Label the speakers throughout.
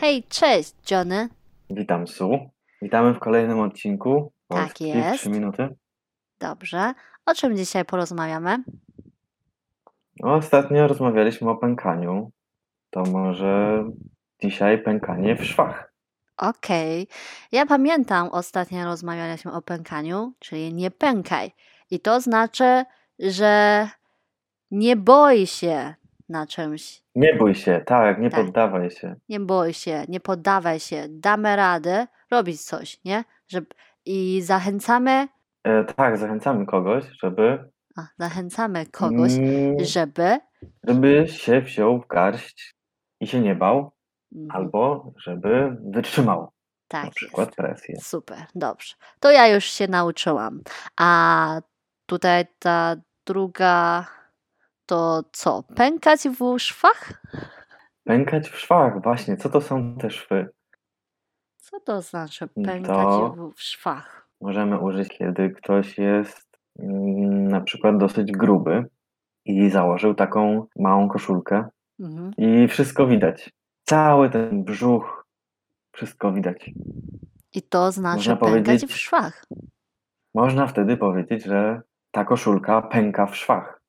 Speaker 1: Hej, cześć, Johnny.
Speaker 2: Witam, Su. Witamy w kolejnym odcinku.
Speaker 1: Tak
Speaker 2: Polski
Speaker 1: jest.
Speaker 2: 3 minuty.
Speaker 1: Dobrze. O czym dzisiaj porozmawiamy?
Speaker 2: Ostatnio rozmawialiśmy o pękaniu. To może dzisiaj pękanie w szwach.
Speaker 1: Okej. Ja pamiętam, ostatnio rozmawialiśmy o pękaniu, czyli nie pękaj. I to znaczy, że nie boi się na czymś.
Speaker 2: Nie bój się, tak, nie
Speaker 1: Tak.
Speaker 2: poddawaj się.
Speaker 1: Nie boi się, nie poddawaj się, damy radę robić coś, nie? Żeby... I zachęcamy,
Speaker 2: E, tak, zachęcamy kogoś, żeby,
Speaker 1: a, zachęcamy kogoś,
Speaker 2: mm,
Speaker 1: żeby.
Speaker 2: żeby się wziął w garść i się nie bał,
Speaker 1: Mhm,
Speaker 2: albo żeby wytrzymał
Speaker 1: tak
Speaker 2: na przykład presję.
Speaker 1: Super, dobrze. To ja już się nauczyłam. A tutaj ta druga to co? Pękać w szwach?
Speaker 2: Pękać w szwach, właśnie, co to są te szwy?
Speaker 1: Co to znaczy
Speaker 2: To-
Speaker 1: pękać w szwach?
Speaker 2: możemy użyć, kiedy ktoś jest mm, na przykład dosyć gruby i założył taką małą koszulkę
Speaker 1: Mhm.
Speaker 2: i wszystko widać. Cały ten brzuch, wszystko widać.
Speaker 1: I to znaczy
Speaker 2: Można
Speaker 1: pękać
Speaker 2: powiedzieć-
Speaker 1: w szwach.
Speaker 2: Można wtedy powiedzieć, że ta koszulka pęka w szwach.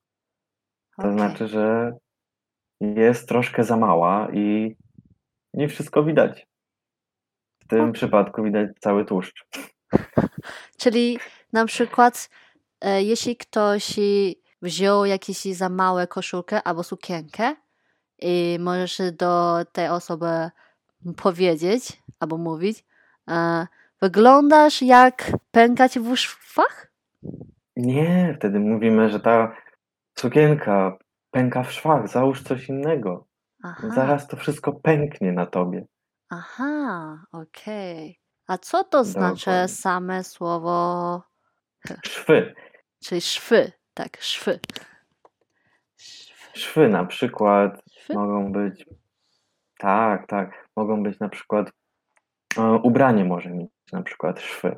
Speaker 2: To
Speaker 1: Okej.
Speaker 2: znaczy, że jest troszkę za mała i nie wszystko widać. W tym
Speaker 1: Okej.
Speaker 2: przypadku widać cały tłuszcz.
Speaker 1: Czyli na przykład, e, jeśli ktoś i wziął jakieś za małe koszulkę albo sukienkę i możesz do tej osoby powiedzieć albo mówić, e, wyglądasz jak pękać w szwach?
Speaker 2: Nie, wtedy mówimy, że ta sukienka pęka w szwach, załóż coś innego.
Speaker 1: Aha,
Speaker 2: Zaraz to wszystko pęknie na tobie.
Speaker 1: aha okej. A co to znaczy
Speaker 2: No, Dokładnie.
Speaker 1: same słowo, Tak.
Speaker 2: Szwy.
Speaker 1: czyli szwy, tak, szwy. Szwy?
Speaker 2: Szwy na przykład
Speaker 1: szwy?
Speaker 2: mogą być. Tak, tak. Mogą być na przykład. E, ubranie może mieć na przykład szwy.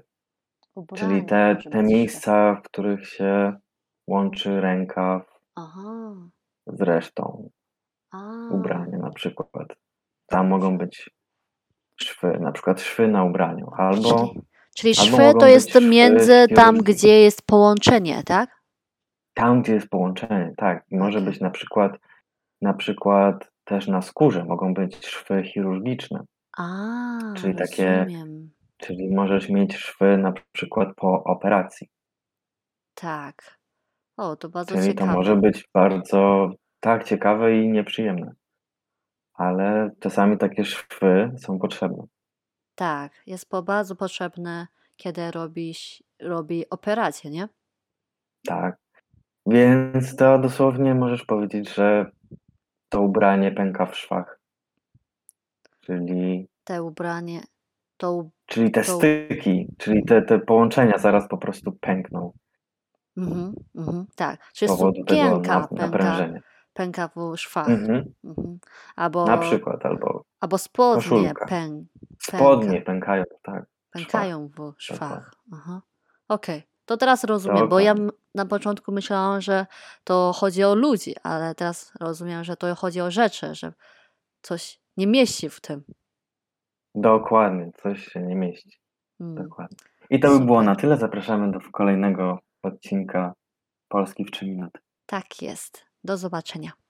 Speaker 1: Ubranie
Speaker 2: Czyli te,
Speaker 1: może
Speaker 2: te
Speaker 1: być szwy.
Speaker 2: miejsca, w których się łączy rękaw
Speaker 1: Aha,
Speaker 2: z resztą
Speaker 1: a.
Speaker 2: ubrania na przykład. Tam mogą być szwy, na przykład szwy na ubraniu. Albo
Speaker 1: Czyli, czyli
Speaker 2: albo
Speaker 1: szwy
Speaker 2: mogą
Speaker 1: to
Speaker 2: być
Speaker 1: jest
Speaker 2: szwy
Speaker 1: między tam,
Speaker 2: chirurgiczne.
Speaker 1: gdzie jest połączenie, tak?
Speaker 2: tam, gdzie jest połączenie, tak. I może
Speaker 1: Okej.
Speaker 2: być na przykład, na przykład też na skórze mogą być szwy chirurgiczne,
Speaker 1: A,
Speaker 2: Czyli takie-
Speaker 1: rozumiem.
Speaker 2: czyli możesz mieć szwy na przykład po operacji.
Speaker 1: Tak. O, to bardzo
Speaker 2: Czyli to
Speaker 1: ciekawe.
Speaker 2: może być bardzo tak ciekawe i nieprzyjemne. Ale czasami takie szwy są potrzebne.
Speaker 1: Tak, jest po bardzo potrzebne, kiedy robisz, robi operację, nie?
Speaker 2: Tak. Więc to dosłownie możesz powiedzieć, że to ubranie pęka w szwach. Czyli
Speaker 1: Te ubranie, to u-
Speaker 2: Czyli te
Speaker 1: To-
Speaker 2: styki, czyli te, te połączenia zaraz po prostu pękną
Speaker 1: mhm, mhm, tak.
Speaker 2: z
Speaker 1: Czy
Speaker 2: powodu tego
Speaker 1: sukienka
Speaker 2: na-
Speaker 1: pęka,
Speaker 2: naprężenia.
Speaker 1: pęka w szwach.
Speaker 2: Mhm.
Speaker 1: Mhm. Albo,
Speaker 2: Na przykład, albo
Speaker 1: albo spodnie
Speaker 2: koszulka.
Speaker 1: pęk,
Speaker 2: spodnie pękają, tak.
Speaker 1: Pękają w szwach.
Speaker 2: Dokładnie.
Speaker 1: Aha. Okej, to tak. teraz rozumiem, bo ja m- na początku myślałam, że to chodzi o ludzi, ale teraz rozumiem, że to chodzi o rzeczy, że coś nie mieści w tym.
Speaker 2: Dokładnie, coś się nie mieści.
Speaker 1: Mm.
Speaker 2: Dokładnie. I to by było
Speaker 1: Super.
Speaker 2: na tyle. Zapraszamy do kolejnego odcinka Polski w 3 minuty.
Speaker 1: Tak jest. Do zobaczenia.